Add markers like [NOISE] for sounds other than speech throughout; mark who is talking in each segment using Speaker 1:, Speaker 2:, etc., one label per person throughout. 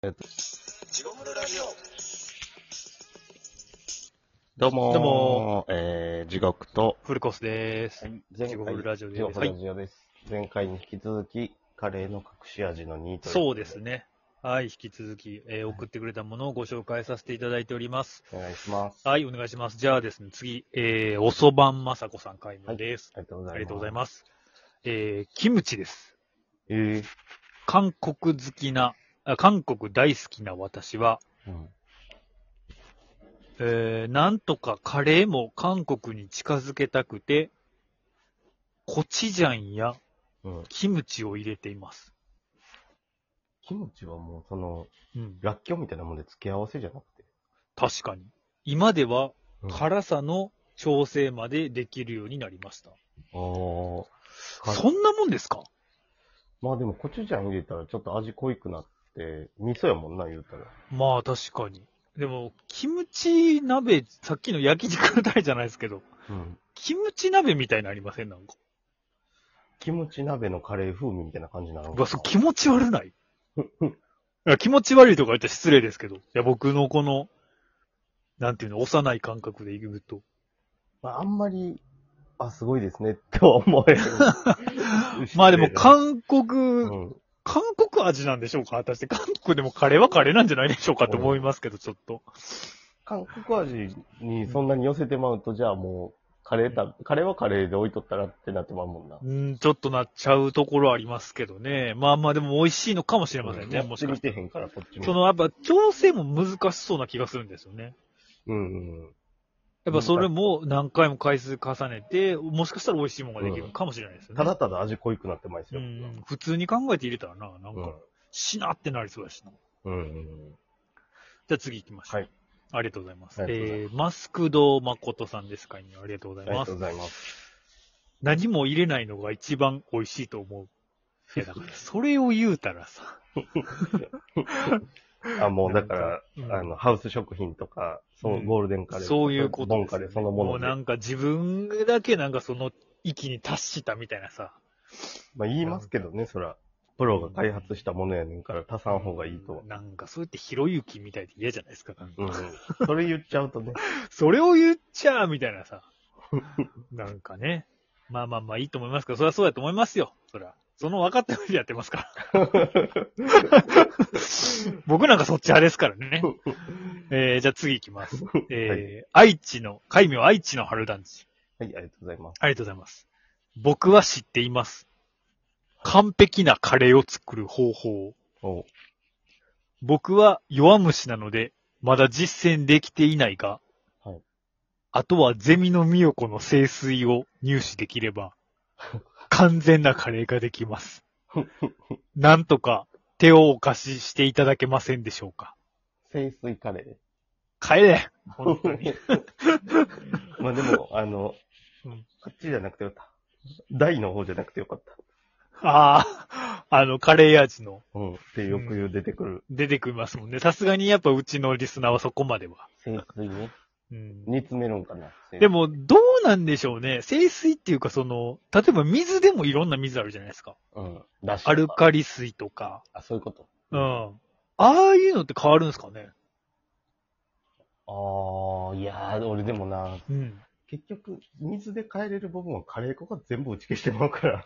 Speaker 1: えっと、
Speaker 2: ジゴムロラジオ。
Speaker 1: どうもー
Speaker 3: どうも
Speaker 1: えー、地獄と、
Speaker 3: フルコースです。
Speaker 1: はい、
Speaker 3: 前回地獄ラジオです
Speaker 1: 地獄ラジオです前回に引き続き、カレーの隠し味の2とい
Speaker 3: そうです。ね。はい、引き続き、えー送ってくれたものをご紹介させていただいております。
Speaker 1: お願いします。
Speaker 3: はい、お願いします。じゃあですね、次、えー、おそばんまさこさん会
Speaker 1: はい
Speaker 3: のです、
Speaker 1: ありがとうございます。
Speaker 3: ありがとうござい
Speaker 1: す。
Speaker 3: ます。えー、キムチです。
Speaker 1: えー、
Speaker 3: 韓国好きな、あ韓国大好きな私は、
Speaker 1: うん、
Speaker 3: えー、なんとかカレーも韓国に近づけたくて、コチジャンや
Speaker 1: うん。
Speaker 3: キムチを入れています。
Speaker 1: キムチはもう、その、
Speaker 3: うん、
Speaker 1: らっきょうみたいなもんで付け合わせじゃなくて。
Speaker 3: 確かに。今では
Speaker 1: うん
Speaker 3: 辛さの調整までできるようになりました。
Speaker 1: おー。はい
Speaker 3: そんなもんですか
Speaker 1: まあでも、コチュジャン入れたらちょっと味濃いくなって、味噌やもんな、言うたら。
Speaker 3: まあ確かに。でも、キムチ鍋、さっきの焼き肉台じゃないですけど、
Speaker 1: うん。
Speaker 3: キムチ鍋みたいなのありませんなんか。
Speaker 1: キムチ鍋のカレー風味みたいな感じなの
Speaker 3: うわ、そう、気持ち悪ない。いや気持ち悪いとか言ったら失礼ですけど。いや、僕のこの、なんていうの、幼い感覚で言う
Speaker 1: [LAUGHS]
Speaker 3: と。。
Speaker 1: まあ、あんまり、あ、すごいですね、とは思える
Speaker 3: まあでも、
Speaker 1: かう
Speaker 3: 韓国、
Speaker 1: ん、
Speaker 3: 韓国味なんでしょうか果たして、韓国でもカレーはカレーなんじゃないでしょうかと思いますけど、ちょっと。
Speaker 1: 韓国味にそんなに寄せてまうと、じゃあもう、カレーた、カレーはカレーで置いとったらってなってまうもんな。
Speaker 3: うん、ちょっとなっちゃうところありますけどね。まあまあでも美味しいのかもしれませんね、
Speaker 1: や
Speaker 3: も
Speaker 1: っ
Speaker 3: してか
Speaker 1: み
Speaker 3: して
Speaker 1: てへんから、こっち
Speaker 3: そ
Speaker 1: も。
Speaker 3: のやっぱ調整も難しそうな気がするんですよね。
Speaker 1: うん、うん。
Speaker 3: やっぱそれも何回も回数重ねて、もしかしたら美味しいものができるかもしれないですよね。
Speaker 1: ただただ味濃いくなってまいです
Speaker 3: う
Speaker 1: よ。
Speaker 3: ん、普通に考えて入れたらな、なん
Speaker 1: うん。
Speaker 3: か、しなってなりそうだしな。
Speaker 1: うんうん。
Speaker 3: じゃあ次行きましょう。
Speaker 1: はい。
Speaker 3: ありがとうございます。
Speaker 1: ありがとうござい
Speaker 3: えー、マスクド誠さんですかいね。ありがとうご
Speaker 1: あ
Speaker 3: ざ
Speaker 1: り
Speaker 3: い
Speaker 1: がと
Speaker 3: ます
Speaker 1: う。ございます。
Speaker 3: 何も入れないのが一番美味しいと思う。いや、だからそれを言うたらさ。
Speaker 1: あ、もうだから、
Speaker 3: うん
Speaker 1: あの、ハウス食品とか、そうう、
Speaker 3: ん
Speaker 1: ゴールデンカレーとか、
Speaker 3: そういうこと
Speaker 1: ボ
Speaker 3: で
Speaker 1: ン
Speaker 3: す
Speaker 1: カ
Speaker 3: よね、
Speaker 1: レーそのも
Speaker 3: も
Speaker 1: の
Speaker 3: う
Speaker 1: で。
Speaker 3: なんか自分だけなんかその域に達したみたいなさ。
Speaker 1: まあ言いますけどね、そら。プロが開発したものやねんから、足さん方がいいとは。
Speaker 3: なんかそうやってひろゆきみたいで嫌じゃないですか。
Speaker 1: うん。それ言っちゃう
Speaker 3: [LAUGHS]
Speaker 1: とね。
Speaker 3: それを言っちゃうみたいなさ。なんかね。まあまあまあいいと思いますけど、それはそうだと思いますよ。そら。その分かった上でやってます
Speaker 1: [LAUGHS]
Speaker 3: から。僕なんかそっち派ですからね。えー、じゃあ次行きます。えー、愛知の、海名愛知の春団地。
Speaker 1: はい、ありがとうございます。
Speaker 3: ありがとうございます。僕は知っています。完璧なカレーを作る方法。
Speaker 1: お
Speaker 3: 僕は弱虫なので、まだ実践できていないが、
Speaker 1: はい
Speaker 3: あとはゼミのミヨコの清水を入手できれば、完全なカレーができ
Speaker 1: [LAUGHS]
Speaker 3: ます。なんとか手をお貸ししていただけませんでしょうか。
Speaker 1: 清水カレ
Speaker 3: 帰れ
Speaker 1: ー。 [LAUGHS]
Speaker 3: 本当 [LAUGHS] に。
Speaker 1: まあでも、あの、
Speaker 3: うん
Speaker 1: あっちじゃなくてよかった。大の方じゃなくてよかった。
Speaker 3: ああ、あの、カレー味の
Speaker 1: うん。ってよく言う出てくる。
Speaker 3: 出てきますもんね。さすがにやっぱうちのリスナーはそこまでは。
Speaker 1: 清水ね。
Speaker 3: うん
Speaker 1: 煮詰めるんかな。
Speaker 3: で
Speaker 1: も、
Speaker 3: も、どうなんでしょうね。清水っていうか、その、例えば水でもいろんな水あるじゃないですか。
Speaker 1: うん。だしとか
Speaker 3: アル。カリ水とか。
Speaker 1: あ、そういうこと。
Speaker 3: うん。ああいうのって変わるんですかね。
Speaker 1: ああ、いやー、俺でもな、
Speaker 3: うん。
Speaker 1: 結局、水で変えれる部分はカレー粉が全部打ち消してもらうから。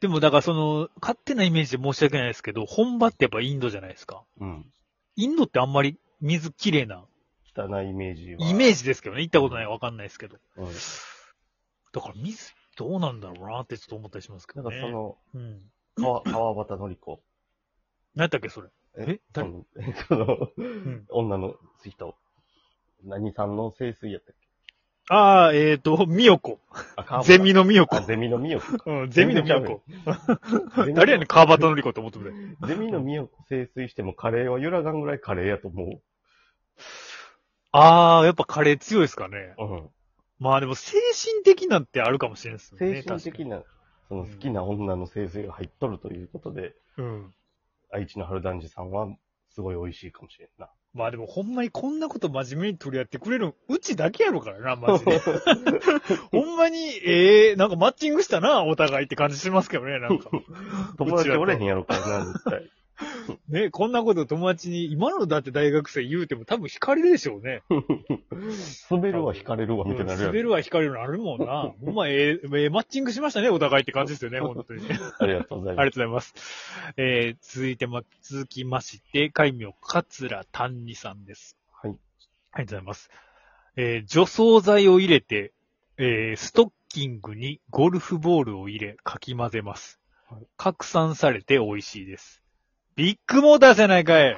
Speaker 3: でも、だからその、勝手なイメージで申し訳ないですけど、本場ってやっぱインドじゃないですか。
Speaker 1: うん。
Speaker 3: インドってあんまり水きれいな、
Speaker 1: 汚いイメージは。
Speaker 3: イメー
Speaker 1: ジ。
Speaker 3: ジですけどね。行ったことないわかんないですけど。
Speaker 1: うん。
Speaker 3: だから水、どうなんだろうなってちょっと思ったりしますけ
Speaker 1: なん
Speaker 3: ど
Speaker 1: か
Speaker 3: ね。
Speaker 1: その、
Speaker 3: うん。
Speaker 1: 川、川端のり子。
Speaker 3: なんだっけ、それ。え
Speaker 1: そ
Speaker 3: 誰
Speaker 1: の、えその、
Speaker 3: ん
Speaker 1: 女の人。何さんの清水やったっ
Speaker 3: ああ、えっ、ー、と、ミヨコ。
Speaker 1: けあ川端
Speaker 3: ゼミのミヨコ
Speaker 1: あ、。ゼミのみよこ。
Speaker 3: うん、ゼミのミヨコ。
Speaker 1: ゼミの
Speaker 3: [LAUGHS] 誰やねん、川端のり子って思ってくれ。
Speaker 1: ゼミのみよこ清水してもカレーは揺らがんぐらいカレーやと思
Speaker 3: ああ、やっぱカレー強いですかね。
Speaker 1: う。うん。
Speaker 3: まあでも精神的なんてあるかもしれないですよね。
Speaker 1: 精神的
Speaker 3: 確
Speaker 1: な、その好きな女の清水が入っとるということで、
Speaker 3: かに。うん。
Speaker 1: 愛知の春男児さんはすごい美味しいかもしれん
Speaker 3: [LAUGHS]
Speaker 1: な。
Speaker 3: まあでもほんまにこんなこと真面目に取り合ってくれるのうちだけやろからな、マ
Speaker 1: [LAUGHS]
Speaker 3: ジで。ほんまに、ええな
Speaker 1: [LAUGHS]
Speaker 3: んかマッチングしたな、お互いって感じしますけどね、なんか。
Speaker 1: 友達おれへんやろからな、絶対。
Speaker 3: ね、こんなこと友達に、今のだって大学生言うても多分惹かれるでしょう
Speaker 1: [LAUGHS]
Speaker 3: ね。
Speaker 1: 滑るわ、惹かれるわ、みたいになるやん。
Speaker 3: 滑るは惹かれるのあるもんな。ほんま、ええええマッチングしましたね、お互いって感じですよね、本当に。
Speaker 1: ありがとうござい
Speaker 3: あ
Speaker 1: ま
Speaker 3: りがとうございます。えー、続いてま、続きまして、海名、桂丹二さんです。
Speaker 1: はい。
Speaker 3: ありがとうございます。えー、除草剤を入れて、えー、ストッキングにゴルフボールを入れ、かき混ぜます
Speaker 1: はい。
Speaker 3: 拡散されて美味しいです。ビッグモーターじゃないか
Speaker 1: [LAUGHS]
Speaker 3: い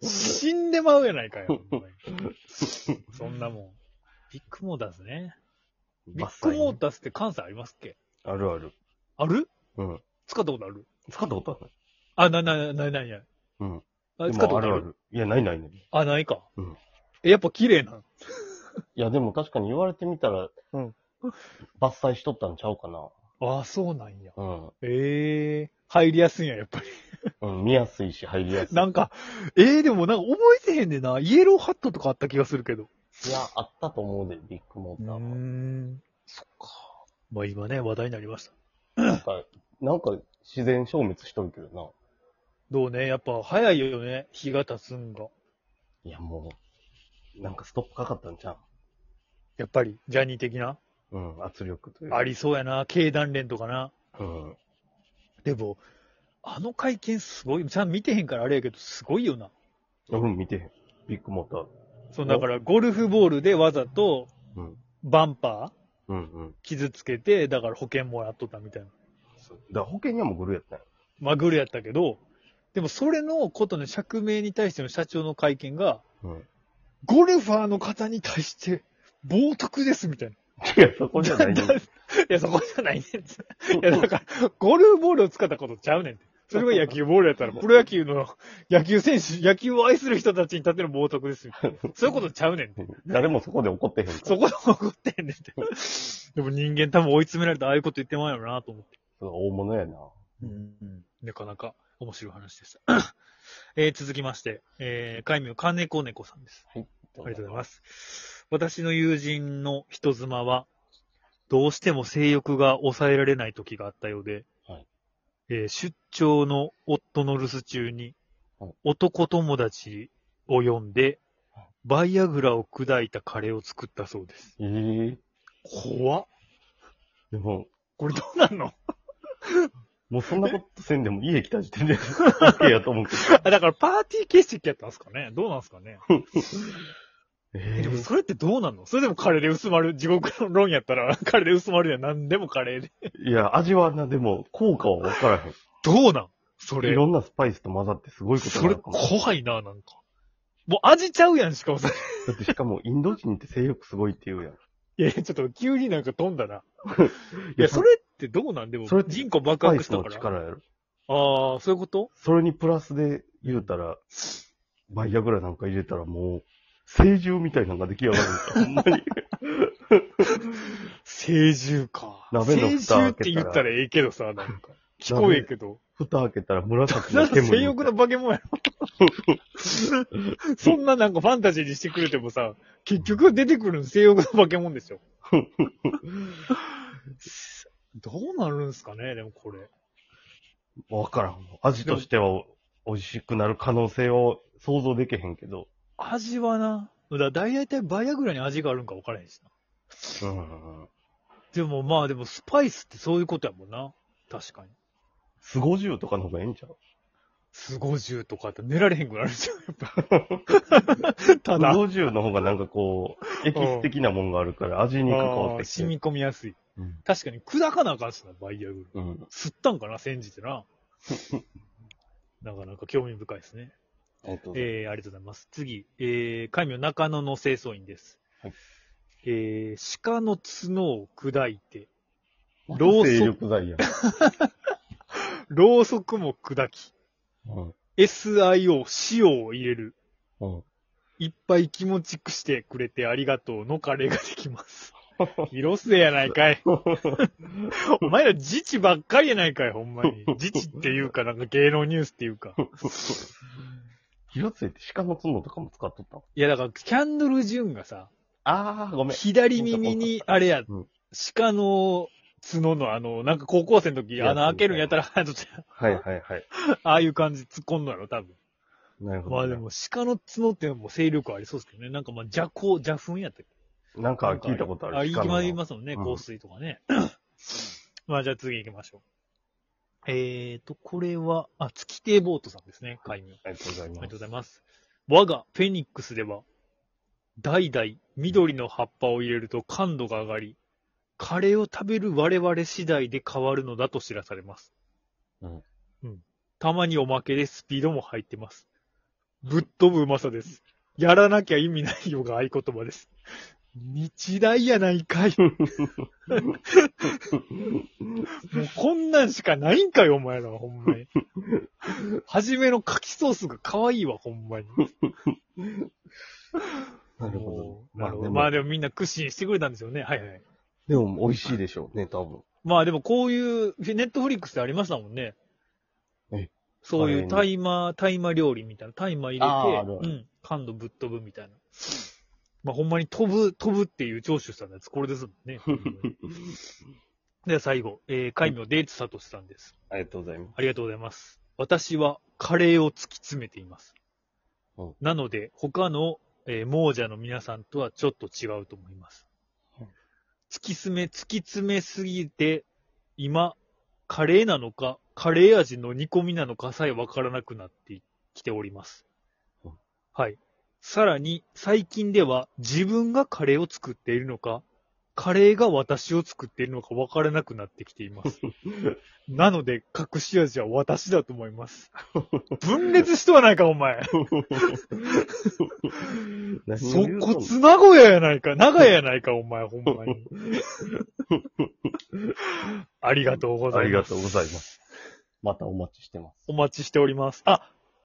Speaker 3: 死んでまうやな
Speaker 1: [LAUGHS]
Speaker 3: いかいほんまにそんなもん。ビッグモーターですね。
Speaker 1: す。
Speaker 3: ビッグモー
Speaker 1: ー
Speaker 3: ターって関西ありますっけ
Speaker 1: あるある。
Speaker 3: ある
Speaker 1: うん。
Speaker 3: 使ったことある
Speaker 1: 使ったことはない。
Speaker 3: あ、な、な、な、な、な、
Speaker 1: うん。
Speaker 3: あ、
Speaker 1: で
Speaker 3: 使
Speaker 1: もあ
Speaker 3: ったことある
Speaker 1: るある。いや、ないないない。
Speaker 3: あ、ないか。
Speaker 1: うん
Speaker 3: え、やっぱ綺麗な。
Speaker 1: いや、でも確かに言われてみたら、
Speaker 3: うん
Speaker 1: 伐採しとったんちゃうかな。
Speaker 3: あ、そうなんや。
Speaker 1: う
Speaker 3: ええ入りやすいんや、やっ
Speaker 1: [LAUGHS]
Speaker 3: ぱり。
Speaker 1: ん。うん、見やすいし、入りや
Speaker 3: [LAUGHS]
Speaker 1: すい。
Speaker 3: なんか、ええでもなんか覚えてへんでな。イエローハットとかあった気がするけど。
Speaker 1: いや、あったと思うで、ビッグモーターも。
Speaker 3: ん。そっか。まあ今ね、話題になりました。
Speaker 1: なんか、なんか自然消滅しとるけどな。
Speaker 3: どうね、やっぱ早いよね、日が経つんが。
Speaker 1: いや、もう、なんかストップかかったんちゃ
Speaker 3: やっぱり、ジャニー的な。
Speaker 1: ううん、圧力というか
Speaker 3: ありそうやな、経団連とかな。
Speaker 1: うん。
Speaker 3: でも、あの会見すごい、ちゃんと見てへんからあれやけど、すごいよな。
Speaker 1: 俺も見てへん。ビッグモーター。
Speaker 3: そう、だからゴルフボールでわざと
Speaker 1: うん。
Speaker 3: バンパー
Speaker 1: うんうん。
Speaker 3: 傷つけて、だから保険もらっとったみたいな。
Speaker 1: そうだから保険にはもうグルーやったんや
Speaker 3: まあグルやったけど、でもそれのことの釈明に対しての社長の会見が、
Speaker 1: うん。
Speaker 3: ゴルファーの方に対して、冒涜ですみたいな。
Speaker 1: いや、そこじゃない
Speaker 3: だ
Speaker 1: ね
Speaker 3: [LAUGHS] だいや、そこじゃないねんて。いや、だから、ゴルフボールを使ったことちゃうねんて。それが野球ボールやっ
Speaker 1: [LAUGHS]
Speaker 3: たら、プロ野球の野球選手、野球を愛する人たちに立てる冒涜ですみたい
Speaker 1: [LAUGHS]
Speaker 3: な。そういうことちゃうねんて。
Speaker 1: 誰もそこで怒ってへんから。
Speaker 3: [LAUGHS] そこで怒ってんねんて。でも人間多分追い詰められてああいうこと言ってまうよなと思って。
Speaker 1: そう大物やな。
Speaker 3: うんなかなか面白い話です。 [COUGHS] えー続きまして、えー、海名、金子猫さんです。ありがとうございます。私の友人の人妻は、どうしても性欲が抑えられない時があったようで、
Speaker 1: はい
Speaker 3: えー出張の夫の留守中に
Speaker 1: はい、
Speaker 3: 男友達を呼んで
Speaker 1: はい、
Speaker 3: バイアグラを砕いたカレーを作ったそうです。
Speaker 1: ええ
Speaker 3: 怖っ。
Speaker 1: でも、
Speaker 3: これどうなんの
Speaker 1: もうそんなことせんでも家来た時点で OK やと思うけど。
Speaker 3: あだからパーティー形式やったんですかねどうなんですかね [LAUGHS]
Speaker 1: [LAUGHS]
Speaker 3: え
Speaker 1: え
Speaker 3: でも
Speaker 1: ー
Speaker 3: それってどうなんのそれでもカレーで薄まる、地獄の論やったら、 [LAUGHS] カレーで薄まるやん。何でもカレーで。
Speaker 1: いや、味はな、でも、効果は分から
Speaker 3: どうなんそ
Speaker 1: へん。い
Speaker 3: れ。
Speaker 1: ろんなスパイスと混ざってすごいこと
Speaker 3: そ
Speaker 1: にな
Speaker 3: れ
Speaker 1: るかも。
Speaker 3: 怖いな、なんか。もう味ちゃうやん、しかもそれ。 [LAUGHS]
Speaker 1: だってしかも、インド人って性欲すごいって言うやん。い
Speaker 3: いや、ちょっと急になんか飛んだな。い
Speaker 1: や、
Speaker 3: や、
Speaker 1: そ
Speaker 3: そ
Speaker 1: れ、
Speaker 3: れってどうなんでも
Speaker 1: それ、
Speaker 3: 人口
Speaker 1: ス
Speaker 3: 爆
Speaker 1: パイ
Speaker 3: 発し
Speaker 1: ス
Speaker 3: た
Speaker 1: の
Speaker 3: から。あ
Speaker 1: 力やろ。
Speaker 3: あー、そういうこと
Speaker 1: それにプラスで言うたら、バイアグラなんか入れたらもう、成獣みたいなのが出来上がるんだ。
Speaker 3: [LAUGHS]
Speaker 1: ほんまに。
Speaker 3: 成獣か。
Speaker 1: 鍋の蓋
Speaker 3: 成獣
Speaker 1: 開け
Speaker 3: っ
Speaker 1: たら
Speaker 3: て言ったらええけどさ、なんか。聞こえんけど。
Speaker 1: 蓋開けたら紫
Speaker 3: な
Speaker 1: の
Speaker 3: んか
Speaker 1: 煙。
Speaker 3: 性欲の化け物や [LAUGHS] ろ。そんななんかファンタジーにしてくれてもさ、結局出てくるの性欲の化け物でしょ。どうなるんすかね、でもこれ。
Speaker 1: わからん。味としては美味しくなる可能性を想像できへんけど。
Speaker 3: 味はな、だだいたいバイアグラに味があるんか分からへんしな。
Speaker 1: うん。
Speaker 3: でもまあでもスパイスってそういうことやもんな。確かに。
Speaker 1: スゴジュウとかの方がええんちゃう
Speaker 3: スゴジュとかって寝られへんくなるじゃん、や [LAUGHS] っぱ。た
Speaker 1: ス
Speaker 3: だ、あ
Speaker 1: ゴジュウの方がなんか
Speaker 3: [LAUGHS]
Speaker 1: こう、エキス的なもんがあるから味に関わっ
Speaker 3: ー
Speaker 1: てきて
Speaker 3: 染
Speaker 1: る。
Speaker 3: み込みやすい。
Speaker 1: うん
Speaker 3: 確かに砕かなあかんしな、バイアグラ。
Speaker 1: うん。
Speaker 3: 吸ったんかな、煎じ
Speaker 1: [LAUGHS]
Speaker 3: てな。なかなか興味深いですね。
Speaker 1: ありがとうござい
Speaker 3: えー、ありがとうございます。次、えー、海名中野の清掃員です。
Speaker 1: はい
Speaker 3: えー、鹿の角を砕いて、
Speaker 1: ます。
Speaker 3: ローソク
Speaker 1: 精力剤やん。
Speaker 3: ろうそくも砕き、
Speaker 1: うん。
Speaker 3: SIO、塩を入れる。 [LAUGHS]
Speaker 1: うん。
Speaker 3: いっぱい気持ちくしてくれてありがとうのカレーがで
Speaker 1: [LAUGHS]
Speaker 3: きます。広末やないかい。お前ら自治ばっかりやないかい、ほんまに。自治っていうか、なんか芸能ニュースっていう
Speaker 1: [LAUGHS]
Speaker 3: か。
Speaker 1: 広ついて鹿の角とかも使っとった
Speaker 3: いや、だから、キャンドル・ジュンがさ、
Speaker 1: ああ、ごめん。
Speaker 3: 左耳に、あれや
Speaker 1: うん、
Speaker 3: 鹿の角のあの、なんか高校生の時
Speaker 1: や
Speaker 3: 穴開けるんやったら、 [LAUGHS] あの
Speaker 1: はいはいはい。
Speaker 3: ああいう感じ突っ込んだろ、多分。
Speaker 1: なるほど、
Speaker 3: まあでも鹿の角っていうのも勢力ありそうですけどね。なんかまあ邪行、邪噴やったっけ
Speaker 1: なんか聞いたことある。
Speaker 3: あ、行
Speaker 1: 鹿
Speaker 3: き
Speaker 1: の
Speaker 3: まいりますもんね、
Speaker 1: うん
Speaker 3: 香水とかね。 [CLEARS THROAT] まあじゃあ次行きましょう。えーと、これは、あ、月亭ボートさんですね、会員。
Speaker 1: ありがとうござい
Speaker 3: あり
Speaker 1: ま
Speaker 3: がとう
Speaker 1: す。
Speaker 3: ございます。我がフェニックスでは、代々緑の葉っぱを入れると感度が上がり、カレーを食べる我々次第で変わるのだと知らされます。
Speaker 1: うん。
Speaker 3: うん。たまにおまけでスピードも入ってます。ぶっ飛ぶうまさです。やらなきゃ意味ないよが合言葉です。日大やないかい。もうこんなんしかないんかい、お前らは、ほんまに。はじめのカキソースが可愛いわ、ほんまに。
Speaker 1: なる
Speaker 3: も
Speaker 1: ほど。
Speaker 3: う
Speaker 1: ま
Speaker 3: な
Speaker 1: あ
Speaker 3: るほ
Speaker 1: で
Speaker 3: どまあ
Speaker 1: も、
Speaker 3: でもみんな屈伸してくれたんですよね。はいはい。
Speaker 1: でも美味しいでしょうね、多分。
Speaker 3: まあでもこういう、ネットフリックスでありましたもんね
Speaker 1: え。
Speaker 3: そういう
Speaker 1: あ
Speaker 3: 大麻、大麻料理みたいな。大麻入
Speaker 1: あーある
Speaker 3: れ
Speaker 1: あ
Speaker 3: て、う
Speaker 1: る
Speaker 3: ん。感度ぶっ飛ぶみたいな。まあほんまに飛ぶ、飛ぶっていう聴取したやつ、これですもん
Speaker 1: [LAUGHS]
Speaker 3: ね。で、最後、えー、海名デーツサトシさんです。
Speaker 1: ありがとうございます。
Speaker 3: ありがとうございます。私はカレーを突き詰めています
Speaker 1: うん。
Speaker 3: なので、他の、えー亡者の皆さんとはちょっと違うと思います
Speaker 1: うん。
Speaker 3: 突き詰め、突き詰めすぎて、今、カレーなのか、カレー味の煮込みなのかさえわからなくなってきております
Speaker 1: うん。
Speaker 3: はい。さらに、最近では自分がカレーを作っているのか、カレーが私を作っているのかわからなくなってきています。なので、隠し味は私だと思います。分裂しとはないか、お前。 [LAUGHS] そこ綱子屋やないか、長屋やないか、お前、ほんまに。ありがとうござ
Speaker 1: あ
Speaker 3: い
Speaker 1: り
Speaker 3: ま
Speaker 1: が
Speaker 3: す。
Speaker 1: とうございます。またお待ちしてます。
Speaker 3: お待ちしております。あ、